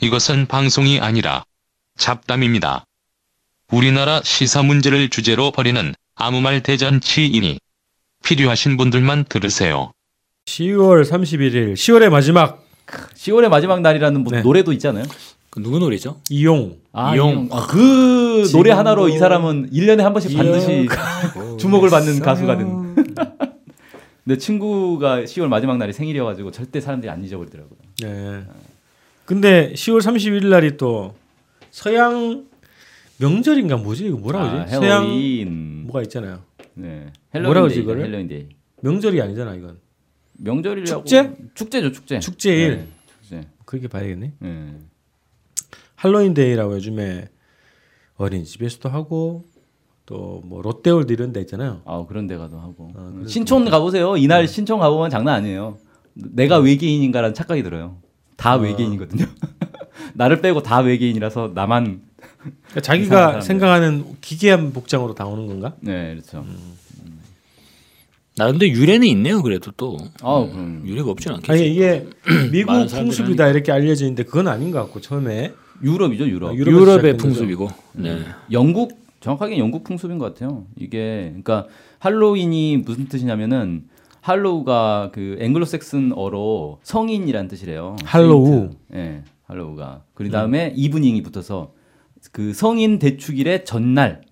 이것은 방송이 아니라 잡담입니다. 우리나라 시사 문제를 주제로 벌이는 아무 말 대잔치이니 필요하신 분들만 들으세요. 10월 31일 10월의 마지막 10월의 마지막 날이라는 뭐 네. 노래도 있잖아요. 그 누구 노래죠? 이용 아, 이용. 이용. 아, 그 지금도- 노래 하나로 이 사람은 1년에 한 번씩 반드시 어, 주목을 받는 가수가 된. 내 친구가 10월 마지막 날이 생일이어가지고 절대 사람들이 안 잊어버리더라고요. 네. 근데 10월 31일 날이 또 서양 명절인가 뭐지 이거 뭐라고 아, 그러지? 서양 헬로윈. 뭐가 있잖아요. 네. 뭐라 그러지, 헬로윈데이. 이거를? 헬로윈데이. 명절이 아니잖아 이건. 명절이라고. 축제? 축제죠, 축제. 축제일 네, 축제. 그렇게 봐야겠네. 네. 할로윈데이라고 요즘에 어린이집에서도 하고 또 뭐 롯데월드 이런 데 있잖아요. 아 그런 데 가도 하고 아, 네. 음, 신촌 가보세요 이날 신촌 가보면 장난 아니에요 내가 외계인인가라는 착각이 들어요 아. 다 외계인이거든요 나를 빼고 다 외계인이라서 나만 그러니까 이상한 자기가 사람들. 생각하는 기괴한 복장으로 다 오는 건가? 네 그렇죠 음. 나 아, 근데 유래는 있네요. 그래도 또 아 네. 그럼 유래가 없진 않겠지. 음. 아니 이게 미국 많은 사람들이 풍습이다 이렇게 알려져 있는데 그건 아닌 것 같고 처음에 유럽이죠 유럽 아, 유럽에서 음. 유럽의 시작된 풍습이고. 네. 영국 정확하게 영국 풍습인 것 같아요 이게 그러니까 할로윈이 무슨 뜻이냐면은 할로우가 그 앵글로색슨어로 성인이란 뜻이래요 할로우. 네. 예 할로우가 그 다음에 이브닝이 붙어서 그 성인 대축일의 전날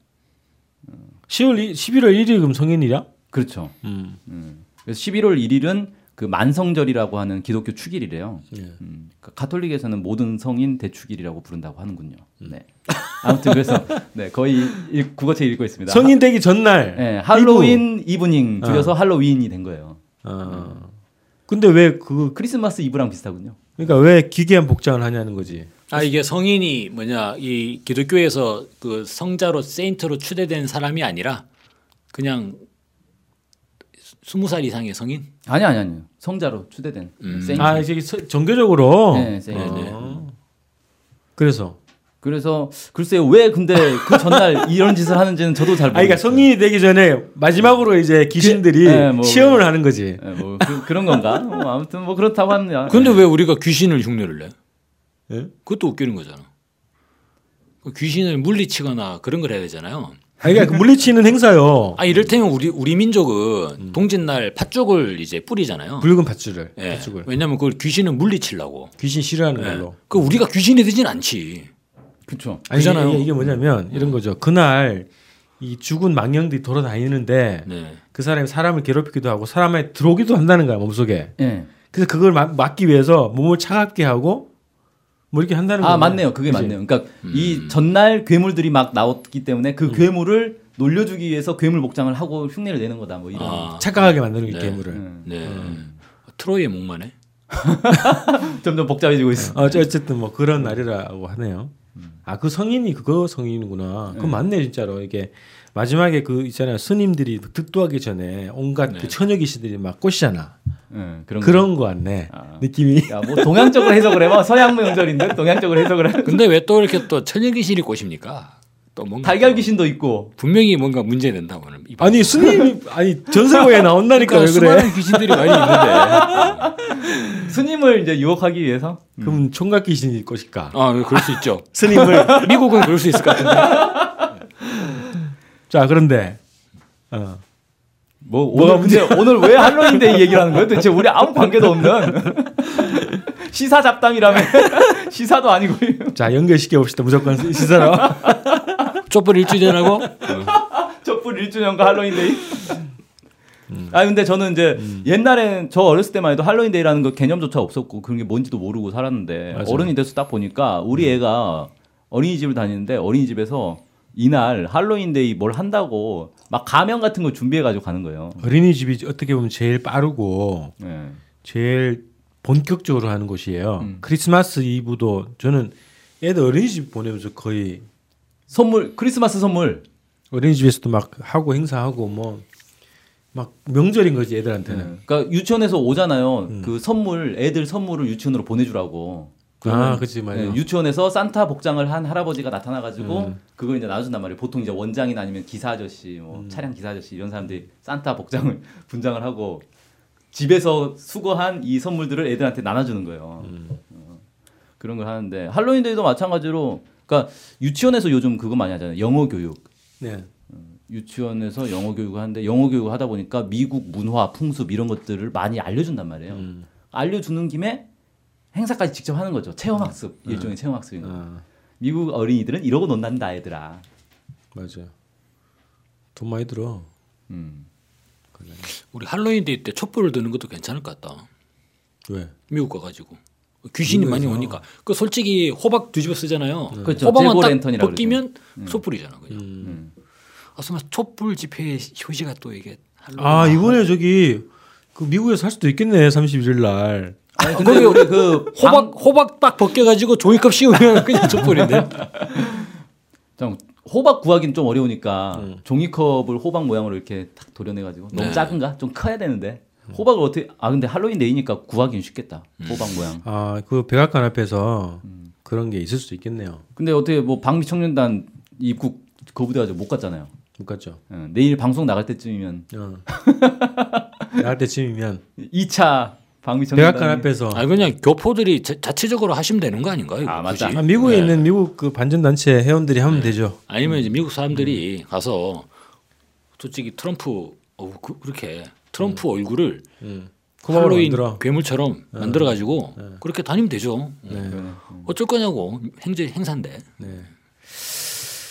10월 11월 1일 그럼 성인이야? 그렇죠 음. 그래서 11월 1일은 그 만성절이라고 하는 기독교 축일이래요. 예. 음, 그러니까 가톨릭에서는 모든 성인 대축일이라고 부른다고 하는군요. 음. 네. 아무튼 그래서 네, 거의 일- 국어책 읽고 있습니다. 성인 되기 전날. 하, 네, 할로윈 이브닝 줄여서 할로윈이 된 거예요. 이브. 어. 근데 왜 그, 크리스마스 이브랑 비슷하군요. 그러니까 왜 기괴한 복장을 하냐는 거지. 아 이게 성인이 뭐냐 이 기독교에서 그 성자로 세인트로 추대된 사람이 아니라 그냥 스무 살 이상의 성인. 아니 아니 아니요. 성자로 추대된 세인트. 아, 이제 서- 정교적으로. 음. 네, 세인트. 어. 그래서. 그래서 글쎄요 왜 근데 그 전날 이런 짓을 하는지는 저도 잘 아, 그러니까 모르겠어요. 성인이 되기 전에 마지막으로 이제 귀신들이 그- 네, 뭐- 시험을 하는 거지. 네, 뭐 그, 런 건가? 뭐 아무튼 뭐 그렇다고 합니다. 근데 왜 우리가 귀신을 흉내를 내? 예? 그것도 웃기는 거잖아. 그 귀신을 물리치거나 그런 걸 해야 되잖아요. 아, 그러니까 그 물리치는 행사요. 아 이를테면 우리 우리 민족은 동짓날 팥죽을 이제 뿌리잖아요. 붉은 밧줄을. 네. 예. 밧줄을. 왜냐면 그걸 귀신을 물리치려고. 귀신 싫어하는 예. 걸로. 그 우리가 귀신이 되진 않지. 그렇죠. 아니, 그잖아요. 이게, 이게 뭐냐면 음. 이런 거죠. 그날 이 죽은 망령들이 돌아다니는데 네. 그 사람이 사람을 괴롭히기도 하고 사람에 들어오기도 한다는 거야 몸속에. 예. 그래서 그걸 막, 막기 위해서 몸을 차갑게 하고 뭐 이렇게 한다는 거야. 아 맞네요. 그게 맞네요. 그러니까 이 전날 괴물들이 막 나왔기 때문에 그 괴물을 놀려주기 위해서 괴물 복장을 하고 흉내를 내는 거다. 뭐 이런. 예. 아, 착각하게 만드는 게 네. 괴물을. 음. 네. 트로이의 목마네. 점점 복잡해지고 있어. 어, 저- 어쨌든 뭐 그런 날이라고 하네요. 음. 아 그 성인이 그거 성인이구나. 그거 맞네 진짜로 이게 마지막에 그 있잖아요 스님들이 득도하기 전에 온갖 그 처녀 귀신들이 막 꼬시잖아. 예, 네. 그런. 거. 그런 거 같네 아. 느낌이. 야, 뭐 동양적으로 해석을 해봐. 서양 명절인데 동양적으로 해석을 해. 근데 왜 또 이렇게 또 천연 귀신이 꼬십니까? 또 뭔가 달걀 귀신도 있고. 분명히 뭔가 문제 된다 오늘. 이 방송. 아니 스님이 아니 전설고에 나온다니까 왜 그러니까 그래? 수많은 귀신들이 많이 있는데. 스님을 이제 유혹하기 위해서. 그럼 총각 귀신이 꼬실까? 아, 그럴 수 있죠. 스님을 미국은 그럴 수 있을 것 같은데. 자 그런데 어. 뭐 오늘 문제 오늘 왜 할로윈데이 얘기를 하는 거예요? 도대체 우리 아무 관계도 없는 시사 잡담이라며 시사도 아니고 자 연결시켜 봅시다 무조건 시사로 촛불 일주년하고 촛불 1주년과 할로윈데이. 아 근데 저는 이제 음. 옛날엔 저 어렸을 때만 해도 할로윈데이라는 거 개념조차 없었고 그런 게 뭔지도 모르고 살았는데 맞아요. 음. 어른이 돼서 딱 보니까 우리 애가 어린이집을 다니는데 어린이집에서 이날 할로윈데이 뭘 한다고 막 가면 같은 거 준비해 가지고 가는 거예요. 어린이집이 어떻게 보면 제일 빠르고 네. 제일 본격적으로 하는 곳이에요 크리스마스 이브도 저는 애들 어린이집 보내면서 거의 선물 크리스마스 선물 어린이집에서도 막 하고 행사하고 뭐 막 명절인 거지 애들한테는 그러니까 유치원에서 오잖아요. 음. 그 선물 애들 선물을 유치원으로 보내주라고. 아 그치 맞아 네, 유치원에서 산타 복장을 한 할아버지가 나타나가지고 그걸 이제 나눠준단 말이에요. 보통 이제 원장이나 아니면 기사 아저씨, 뭐 차량 기사 아저씨 이런 사람들이 산타 복장을 분장을 하고 집에서 수거한 이 선물들을 애들한테 나눠주는 거예요. 어. 그런 걸 하는데 할로윈데이도 마찬가지로 그러니까 유치원에서 요즘 그거 많이 하잖아요. 영어 교육. 네. 유치원에서 영어 교육을 하는데 영어 교육을 하다 보니까 미국 문화, 풍습 이런 것들을 많이 알려준단 말이에요. 음. 알려주는 김에 행사까지 직접 하는 거죠. 음. 체험학습 일종의 체험학습인 거예요. 아, 미국 어린이들은 이러고 논단다 얘들아. 맞아요. 돈 많이 들어. 음. 우리 할로윈데이 때 촛불을 드는 것도 괜찮을 것 같다. 왜? 미국 가가지고 귀신이 많이 오니까 그 솔직히 호박 뒤집어 쓰잖아요. 그렇죠. 음. 호박만 재고 딱 랜턴이라고 벗기면 촛불이잖아 그냥. 아스마 촛불 집회 효시가 또 이게 할로윈. 아 이번에 저기 그 미국에서 할 수도 있겠네. 31일 날. 아니 근데 우리 그 호박 호박 딱 벗겨가지고 종이컵 씌우면 그냥 촛불인데. 방- 좀 호박 구하기는 좀 어려우니까 종이컵을 호박 모양으로 이렇게 탁 도려내가지고 너무 음. 네. 음. 작은가? 좀 커야 되는데 호박을 어떻게? 아 근데 할로윈 데이니까 구하기는 쉽겠다. 호박 모양. 아그 백악관 앞에서 그런 게 있을 수도 있겠네요. 근데 어떻게 뭐 방미 청년단 입국 거부돼가지고 못 갔잖아요. 못 갔죠. 예, 내일 방송 나갈 때쯤이면 어. 나갈 때쯤이면 2차 방미 백악관 청년단 앞에서 아 그냥 교포들이 자, 자체적으로 하시면 되는 거 아닌가 이거 아, 굳이? 맞다. 아, 미국에 네. 있는 미국 그 반전 단체 회원들이 하면 되죠. 아니면 이제 미국 사람들이 가서 솔직히 트럼프 어, 그, 그렇게 트럼프 얼굴을 코바로 할로윈 그 만들어. 네. 괴물처럼 만들어 가지고 그렇게 다니면 되죠. 그러네. 어쩔 거냐고 행제 행사인데. 네.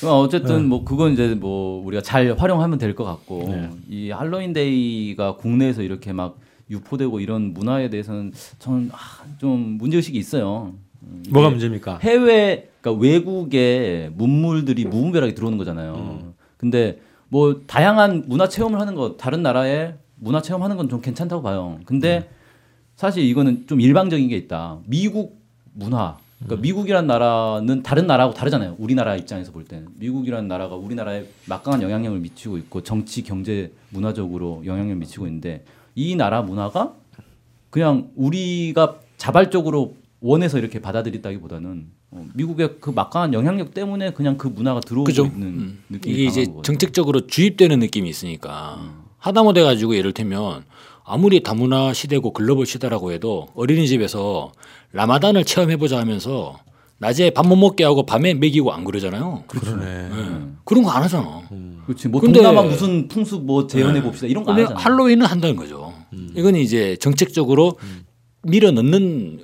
어, 어쨌든 뭐 그건 이제 뭐 우리가 잘 활용하면 될 것 같고 네. 이 할로윈데이가 국내에서 이렇게 막 유포되고 이런 문화에 대해서는 저는 아, 좀 문제 의식이 있어요. 음, 이게 뭐가 문제입니까? 해외 그러니까 외국의 문물들이 무분별하게 들어오는 거잖아요. 음. 근데 뭐 다양한 문화 체험을 하는 거 다른 나라에 문화 체험하는 건 좀 괜찮다고 봐요. 근데 사실 이거는 좀 일방적인 게 있다. 미국 문화. 음. 그러니까 미국이란 나라는 다른 나라하고 다르잖아요. 우리나라 입장에서 볼 때는 미국이란 나라가 우리나라에 막강한 영향력을 미치고 있고 정치, 경제, 문화적으로 영향력을 미치고 있는데 이 나라 문화가 그냥 우리가 자발적으로 원해서 이렇게 받아들였다기보다는 어, 미국의 그 막강한 영향력 때문에 그냥 그 문화가 들어오고 그죠? 있는 음. 느낌이 이게 이제 강한 거거든요. 정책적으로 주입되는 느낌이 있으니까 하다못해 가지고 예를 들면 아무리 다문화 시대고 글로벌 시대라고 해도 어린이집에서 라마단을 체험해보자 하면서 낮에 밥 못 먹게 하고 밤에 먹이고 안 그러잖아요. 그러네. 예. 그런 거 안 하잖아. 그렇죠. 음. 그렇지 뭐 근데- 동남아 무슨 풍습 뭐 재현해 봅시다 이런 거 안 근데 하잖아. 할로윈은 한다는 거죠. 음. 이건 이제 정책적으로 밀어 넣는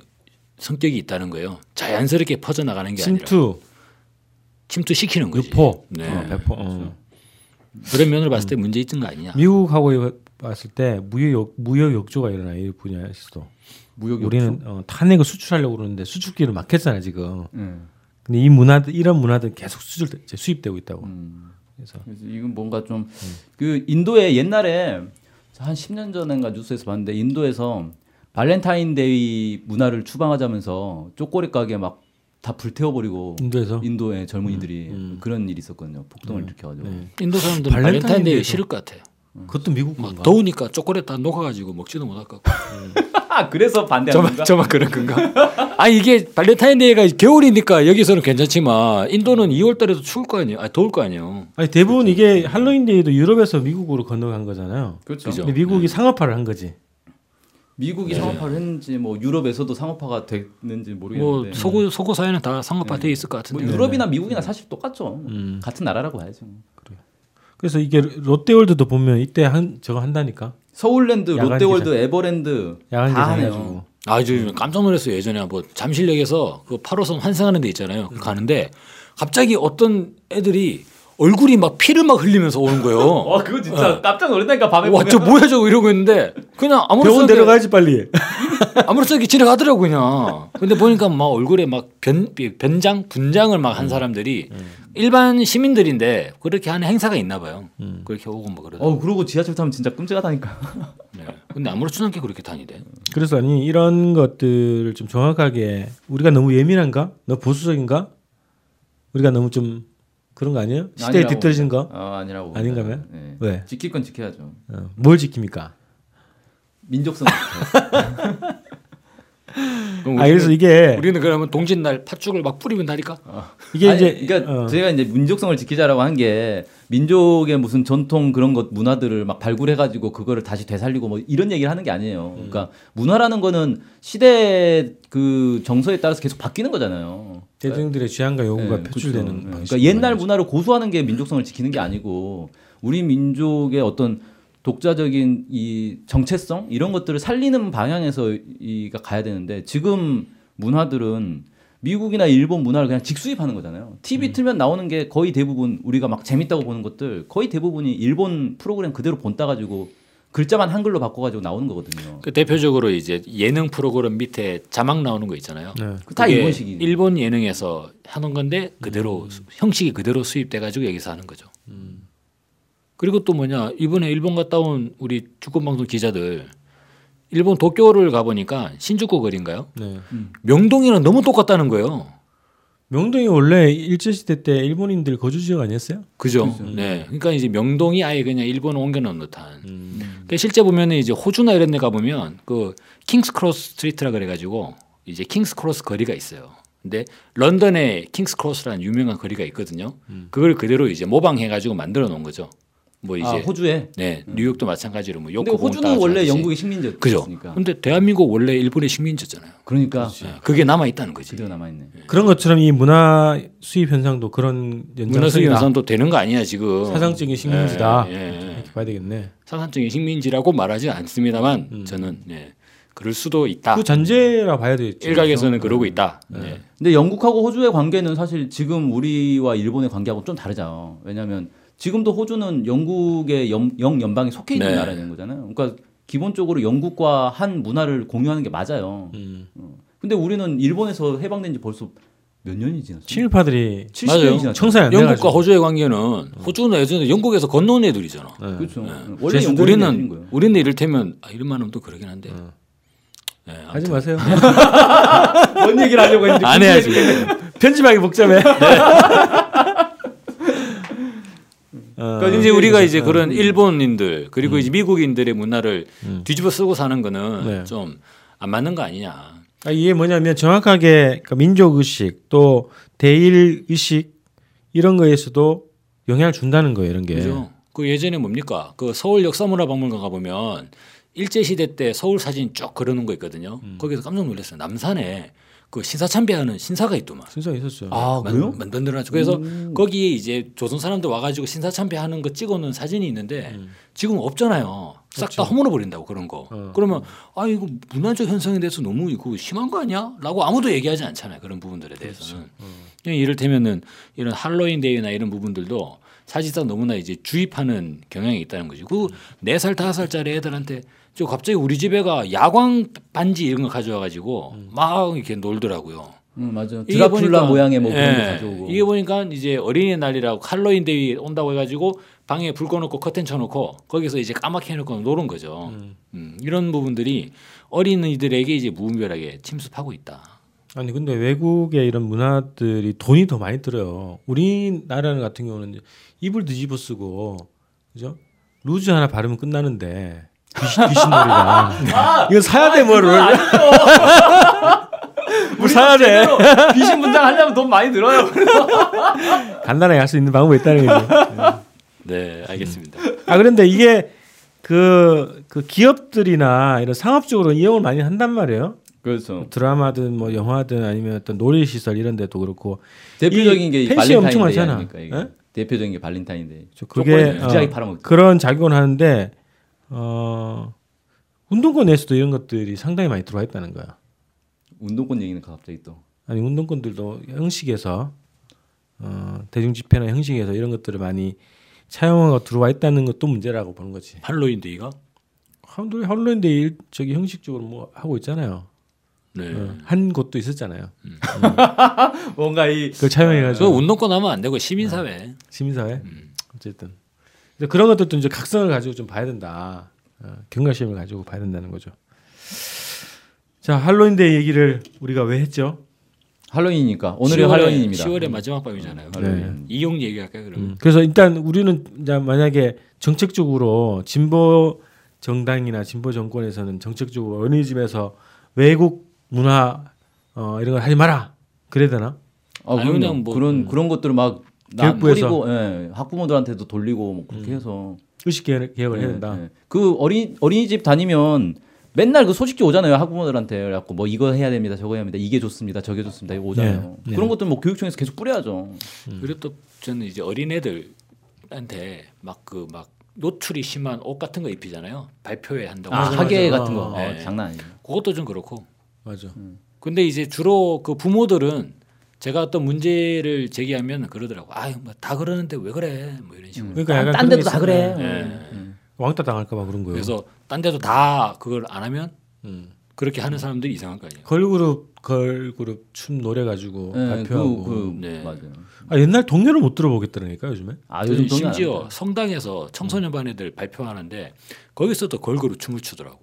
성격이 있다는 거예요. 자연스럽게 퍼져나가는 게 아니라 침투, 침투 시키는 거지. 유포, 네. 어, 배포. 어. 그런 면을 봤을 때 문제 있는 거 아니냐. 미국하고 봤을 때 무역 무역 역조가 일어나 이 분야에서도 무역 우리는 어, 탄핵을 수출하려고 그러는데 수출기를 막혔잖아 지금. 음. 근데 이 문화들 이런 문화들 계속 수출 이제 수입되고 있다고. 음. 그래서 그래서 이건 뭔가 좀 그 인도에 옛날에 한 10년 전인가 뉴스에서 봤는데 인도에서 발렌타인데이 문화를 추방하자면서 쪼꼬리 가게 막 다 불태워버리고 인도에서 음, 네, 인도의 젊은이들이 그런 일이 있었거든요. 폭동을 일으켜가지고. 인도 사람들은 발렌타인데이도- 발렌타인데이 싫을 것 같아요. 그것도 미국 막 건가? 더우니까 초콜릿 다 녹아가지고 먹지도 못할 것 같고. 그래서 반대하는 저만 건가? 저만 그런 건가? 아 이게 발렌타인데이가 겨울이니까 여기서는 괜찮지만 인도는 2월달에도 추울 거 아니에요. 아 더울 거 아니에요. 아니 대부분 이게 할로윈데이도 유럽에서 미국으로 건너간 거잖아요. 그렇죠. 그죠. 근데 미국이 상업화를 한 거지. 네. 미국이 상업화를 했는지 뭐 유럽에서도 상업화가 됐는지 모르겠는데 뭐 서구 서구 사회는 다 상업화 돼 있을 것 뭐 네, 같은데. 유럽이나 미국이나 음. 사실 똑같죠. 같은 나라라고 봐야죠. 그래서 이게 롯데월드도 보면 이때 한 저거 한다니까. 서울랜드, 야간 롯데월드, 에버랜드 야간 다 계산해가지고. 해요. 아, 저 깜짝 놀랐어요. 예전에 뭐 잠실역에서 그 8호선 환승하는 데 있잖아요. 그 가는데 갑자기 어떤 애들이 얼굴이 막 피를 막 흘리면서 오는 거예요. 와 어, 그거 진짜 어. 깜짝 놀랐다니까 밤에 와, 저 보면 뭐야 저거 이러고 있는데 그냥 병원 아무렇지 않게 데려가야지 빨리. 아무렇지 않게 지나가더라고 그냥. 근데 보니까 막 얼굴에 막 변 변장 분장을 막 음. 한 사람들이 일반 시민들인데 그렇게 하는 행사가 있나 봐요. 음. 그렇게 오고 뭐 그러더라고. 어 그러고 지하철 타면 진짜 끔찍하다니까. 어. 네. 근데 아무렇지 않게 그렇게 다니대. 그래서 아니 이런 것들을 좀 정확하게 우리가 너무 예민한가? 너무 보수적인가? 우리가 너무 좀 그런 거 아니에요? 시대에 아니라고 뒤떨어진가? 아 아니라고. 아닌가 봅니다. 네. 왜? 지킬 건 지켜야죠. 어, 뭘 지킵니까? 민족성. 지켜야죠. 그럼 아 그래서 우리는- 이게 어. 우리는 그러면 동짓날 팥죽을 막 뿌리면 나니까 이게 아니, 이제 그러니까 어. 제가 이제 민족성을 지키자라고 한 게 민족의 무슨 전통 그런 것 문화들을 막 발굴해가지고 그거를 다시 되살리고 뭐 이런 얘기를 하는 게 음. 아니에요. 그러니까 문화라는 거는 시대 그 정서에 따라서 계속 바뀌는 거잖아요. 대중들의 취향과 요구가 네, 예, 표출되는 그렇죠. 예, 방식. 그러니까 옛날 문화를 고수하는 게 민족성을 지키는 게 아니고 우리 민족의 어떤 독자적인 이 정체성 이런 것들을 살리는 방향에서 이가 가야 되는데 지금 문화들은 미국이나 일본 문화를 그냥 직수입하는 거잖아요. TV 틀면 나오는 게 거의 대부분 우리가 막 재밌다고 보는 것들 거의 대부분이 일본 프로그램 그대로 본따 가지고 글자만 한글로 바꿔 가지고 나오는 거거든요. 그 대표적으로 이제 예능 프로그램 밑에 자막 나오는 거 있잖아요. 네. 다 그게 일본식이. 음. 일본 예능에서 하는 건데 그대로 수- 형식이 그대로 수입돼 가지고 여기서 하는 거죠. 그리고 또 뭐냐 이번에 일본 갔다 온 우리 주권 방송 기자들 일본 도쿄를 가 보니까 신주쿠 거리인가요? 네. 음. 명동이랑 너무 똑같다는 거예요. 명동이 원래 일제 시대 때 일본인들 거주 지역 아니었어요? 그죠? 그렇죠. 네. 그러니까 이제 명동이 아예 그냥 일본 옮겨 놓은 듯한. 음. 그러니까 실제 보면은 이제 호주나 이런 데 가보면 그 킹스 크로스 스트리트라 그래가지고 이제 킹스 크로스 거리가 있어요. 근데 런던에 킹스 크로스라는 유명한 거리가 있거든요. 그걸 그대로 이제 모방해가지고 만들어 놓은 거죠. 뭐 이제 음. 아, 호주에. 네 뉴욕도 마찬가지로 뭐 근데 요코 호주는 원래 영국의 식민지였으니까. 그죠. 근데 대한민국 원래 일본의 식민지잖아요. 그러니까 네, 그게 남아 있다는 거지. 그대로 남아 있네. 예. 그런 것처럼 이 문화 수입 현상도 그런 문화수 연장선이다. 연산도 되는 거 아니야 지금. 사상적인 식민지다. 예, 예, 예. 이렇게 봐야 되겠네. 사상적인 식민지라고 말하지 않습니다만 저는 예, 그럴 수도 있다. 그 전제라 봐야 되겠죠. 일각에서는 그러고 있다. 예. 근데 영국하고 호주의 관계는 사실 지금 우리와 일본의 관계하고 좀 다르죠. 왜냐하면 지금도 호주는 영국의 영, 영 연방에 속해 있는 네. 나라인 거잖아요. 그러니까 기본적으로 영국과 한 문화를 공유하는 게 맞아요. 어. 음. 근데 우리는 일본에서 해방된 지 벌써 몇 년이 지났어요? 친일파들이 70년이 맞아요. 지났죠. 청산이 안 영국과 돼가지고. 호주의 관계는 호주는 예전에 영국에서 건너온 애들이잖아. 네. 그렇죠. 원래 그래서 영국인 애들인 우리는 거예요. 우리는 이를테면 아, 이런 말은 또 그러긴 한데. 예, 아무튼. 하지 마세요. 뭔 얘기를 하려고 했는지 안 해야지. 편집하기 복잡해. 네. 어, 그러니까 이제 우리가 이제 그런 일본인들 그리고 이제 미국인들의 문화를 뒤집어 쓰고 사는 거는 네. 좀 안 맞는 거 아니냐. 아, 이게 뭐냐면 정확하게 그러니까 민족 의식 또 대일 의식 이런 거에서도 영향을 준다는 거예요. 이런 게. 그죠? 그 예전에 뭡니까? 그 서울 역사문화박물관 가보면 일제시대 때 서울 사진 쭉 그려놓은 거 있거든요. 음. 거기서 깜짝 놀랐어요. 남산에 그 신사참배하는 신사가 있더만. 순서가 있었죠. 아 그래요? 음. 만- 만들어놨죠. 그래서 거기에 이제 조선 사람들 와가지고 신사참배하는 거 찍어놓은 사진이 있는데 음. 지금 없잖아요. 싹 다 허물어 버린다고 그런 거. 그러면 아 이거 문화적 현상에 대해서 너무 이거 심한 거 아니야?라고 아무도 얘기하지 않잖아요. 그런 부분들에 그렇죠. 대해서는. 어. 그냥 이를테면은 이런 할로윈 데이나 이런 부분들도 사실상 너무나 이제 주입하는 경향이 있다는 거지. 그네살 다섯 살짜리 애들한테 저 갑자기 우리 집에가 야광 반지 이런 거 가져와가지고 음. 막 이렇게 놀더라고요. 응 맞아요. 이게 보니까- 드라큘라 모양의 뭐 그런 거 예. 가져오고. 이게 보니까 이제 어린이날이라고 할로윈 데이 온다고 해가지고 방에 불 꺼놓고 커튼 쳐놓고 거기서 이제 까맣게 해놓고 노는 거죠. 음, 이런 부분들이 어린이들에게 이제 무분별하게 침습하고 있다. 아니 근데 외국의 이런 문화들이 돈이 더 많이 들어요. 우리나라 같은 경우는 입을 뒤집어 쓰고 그죠? 루즈 하나 바르면 끝나는데 귀신, 귀신놀이가 이거 사야 돼 뭐를 아, 뭐 사야 돼 귀신 분장 하려면 돈 많이 들어요. 간단하게 할 수 있는 방법이 있다는 거지. 네, 알겠습니다. 아 그런데 이게 그, 그 기업들이나 이런 상업적으로 이용을 많이 한단 말이에요. 그렇죠. 드라마든 뭐 영화든 아니면 어떤 놀이 시설 이런 데도 그렇고 대표적인 게이 펜시 엄청 발렌타인데이 많잖아. 아닙니까 이게? 예? 대표적인 게 발렌타인데이. 저 그게 쪽팔리네. 무지하게 어, 팔아먹죠. 그런 작용을 하는데 어, 운동권 내에서도 이런 것들이 상당히 많이 들어와 있다는 거야. 운동권 얘기는 갑자기 또. 아니 운동권들도 형식에서 어, 대중 집회나 형식에서 이런 것들을 많이 차용하고 들어와 있다는 것도 문제라고 보는 거지. 네. 할로윈 데이가? 한둘 헐로인데 일- 저기 형식적으로 뭐 하고 있잖아요. 네. 어, 한 곳도 있었잖아요. 뭔가 이 그걸 아, 차용해가지고 저 운동권 하면 안 되고 네. 시민사회. 시민사회 어쨌든 근데 그런 것들도 이제 각성을 가지고 좀 봐야 된다 어, 경각심을 가지고 봐야 된다는 거죠 자 할로윈데이 얘기를 우리가 왜 했죠 할로윈이니까 오늘이 10월에 할로윈입니다. 음. 10월의 마지막 밤이잖아요. 네. 할로윈. 이용 얘기할까요, 그러면? 음, 그래서 일단 우리는 이제 만약에 정책적으로 진보 정당이나 진보 정권에서는 정책적으로 어린이집에서 외국 문화 어, 이런 걸 하지 마라. 그래야 되나? 아, 아니, 그럼요. 그냥 뭐- 그런 그런 것들을 막 나- 음. 교육부에서. 뿌리고 예, 학부모들한테도 돌리고 뭐 그렇게 해서 의식 개혁, 개혁을 해야 예, 된다. 예. 그 어린 어린이집 다니면 맨날 그 소식지 오잖아요 학부모들한테 그래갖고 뭐 이거 해야 됩니다 저거 해야 합니다 이게 좋습니다 저게 좋습니다 이거 오잖아요 네, 네. 그런 것들 뭐 교육청에서 계속 뿌려야죠 그리고 또 저는 이제 어린애들한테 막 그 막 노출이 심한 옷 같은 거 입히잖아요. 발표회 한다고. 아, 맞아, 학예 맞아. 같은 거 어, 네. 장난 아니죠 그것도 좀 그렇고. 맞아. 근데 이제 주로 그 부모들은 제가 어떤 문제를 제기하면 그러더라고. 아유, 뭐다 그러는데 왜 그래? 뭐 이런 식으로. 그러니까 딴- 약간 딴 그런 게 데도 다 있어요. 그래 예. 왕따 당할까 봐 그런 거예요. 그래서 딴 데도 다 그걸 안 하면 음. 그렇게 하는 사람들이 이상한 거 아니에요. 걸그룹 걸그룹 춤 노래 가지고 예, 발표하고. 그, 그, 네. 맞아요 아 옛날 동료를 못 들어보겠더라니까 요즘에. 아 저는 요즘 동의 안 심지어 합니다. 성당에서 청소년반 애들 발표하는데 거기서도 걸그룹 춤을 추더라고.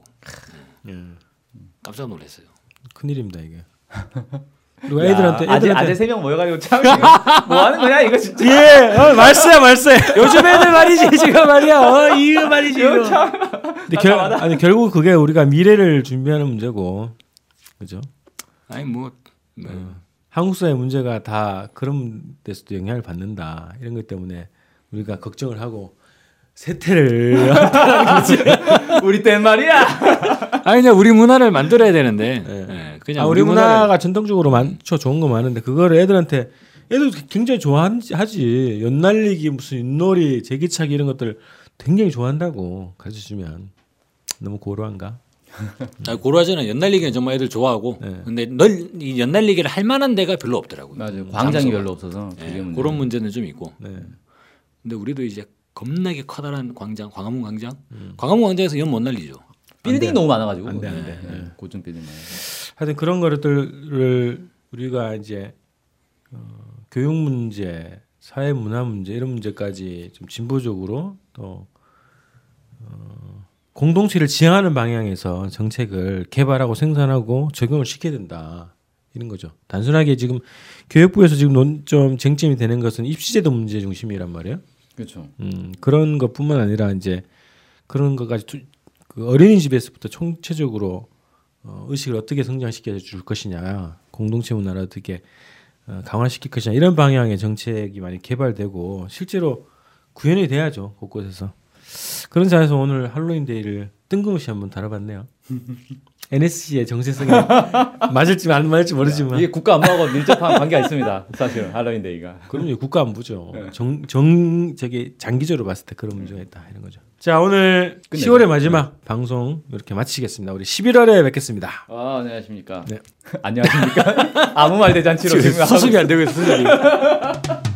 음. 예. 깜짝 놀랐어요. 큰일입니다 이게. 그리고 애들한테 야, 아재 애들한테 아재 세명 모여가지고 참 지금 뭐 하는 거냐 이거 진짜 예, 어, 말세야 말세. 요즘 애들 말이지 지금 말이야. 어, 예, 이거 말이지. 이거. 근데 결, 아니 결국 그게 우리가 미래를 준비하는 문제고, 그죠? 아니 뭐, 뭐 한국 사회 문제가 다 그런 데서도 영향을 받는다 이런 것 때문에 우리가 걱정을 하고 세태를 우리 땐 말이야 아니 그냥 우리 문화를 만들어야 되는데 예. 예, 그냥 아, 우리 문화를- 문화가 전통적으로 많죠 좋은 거 많은데 그거를 애들한테 애들 굉장히 좋아하지 연날리기 무슨 윷놀이 제기차기 이런 것들 굉장히 좋아한다고 가르쳐주면 너무 고루한가? 아, 고라지는 연날리기는 정말 애들 좋아하고 네. 근데 널, 이 연날리기를 할 만한 데가 별로 없더라고요. 맞아요 장소가. 광장이 별로 없어서 예, 그게 문제 그런 문제는 좀 있고 네. 근데 우리도 이제 겁나게 커다란 광장 광화문 광장 광화문 광장에서 연 못 날리죠. 빌딩이 너무 많아가지고 안 돼, 안 돼. 예, 예. 고층 빌딩 많아요. 하여튼 그런 것들을 우리가 이제 어, 교육 문제, 사회 문화 문제 이런 문제까지 좀 진보적으로 또 어, 공동체를 지향하는 방향에서 정책을 개발하고 생산하고 적용을 시켜야 된다. 이런 거죠. 단순하게 지금 교육부에서 지금 논, 좀 쟁점이 되는 것은 입시제도 문제 중심이란 말이에요. 그렇죠 음, 그런 것뿐만 아니라 이제 그런 것까지 투- 그 어린이집에서부터 총체적으로 어, 의식을 어떻게 성장시켜 줄 것이냐, 공동체 문화를 어떻게 어, 강화시킬 것이냐 이런 방향의 정책이 많이 개발되고 실제로 구현이 돼야죠 곳곳에서 그런 자에서 오늘 할로윈 데이를 뜬금없이 한번 다뤄봤네요. NSC의 정체성에 맞을지 안 맞을지 모르지만 이게 국가 안보하고 밀접한 관계가 있습니다. 사실은 할로윈 데이가. 그럼요 국가 안보죠. 네. 정, 정 저기 장기적으로 봤을 때 그런 문제가 있다 이런 거죠. 자 오늘 끝내죠. 10월의 마지막 네. 방송 이렇게 마치겠습니다. 우리 11월에 뵙겠습니다. 아, 안녕하십니까. 네. 안녕하십니까. 아무 말 대잔치로 지금 하고 수습이 안 되고 있어.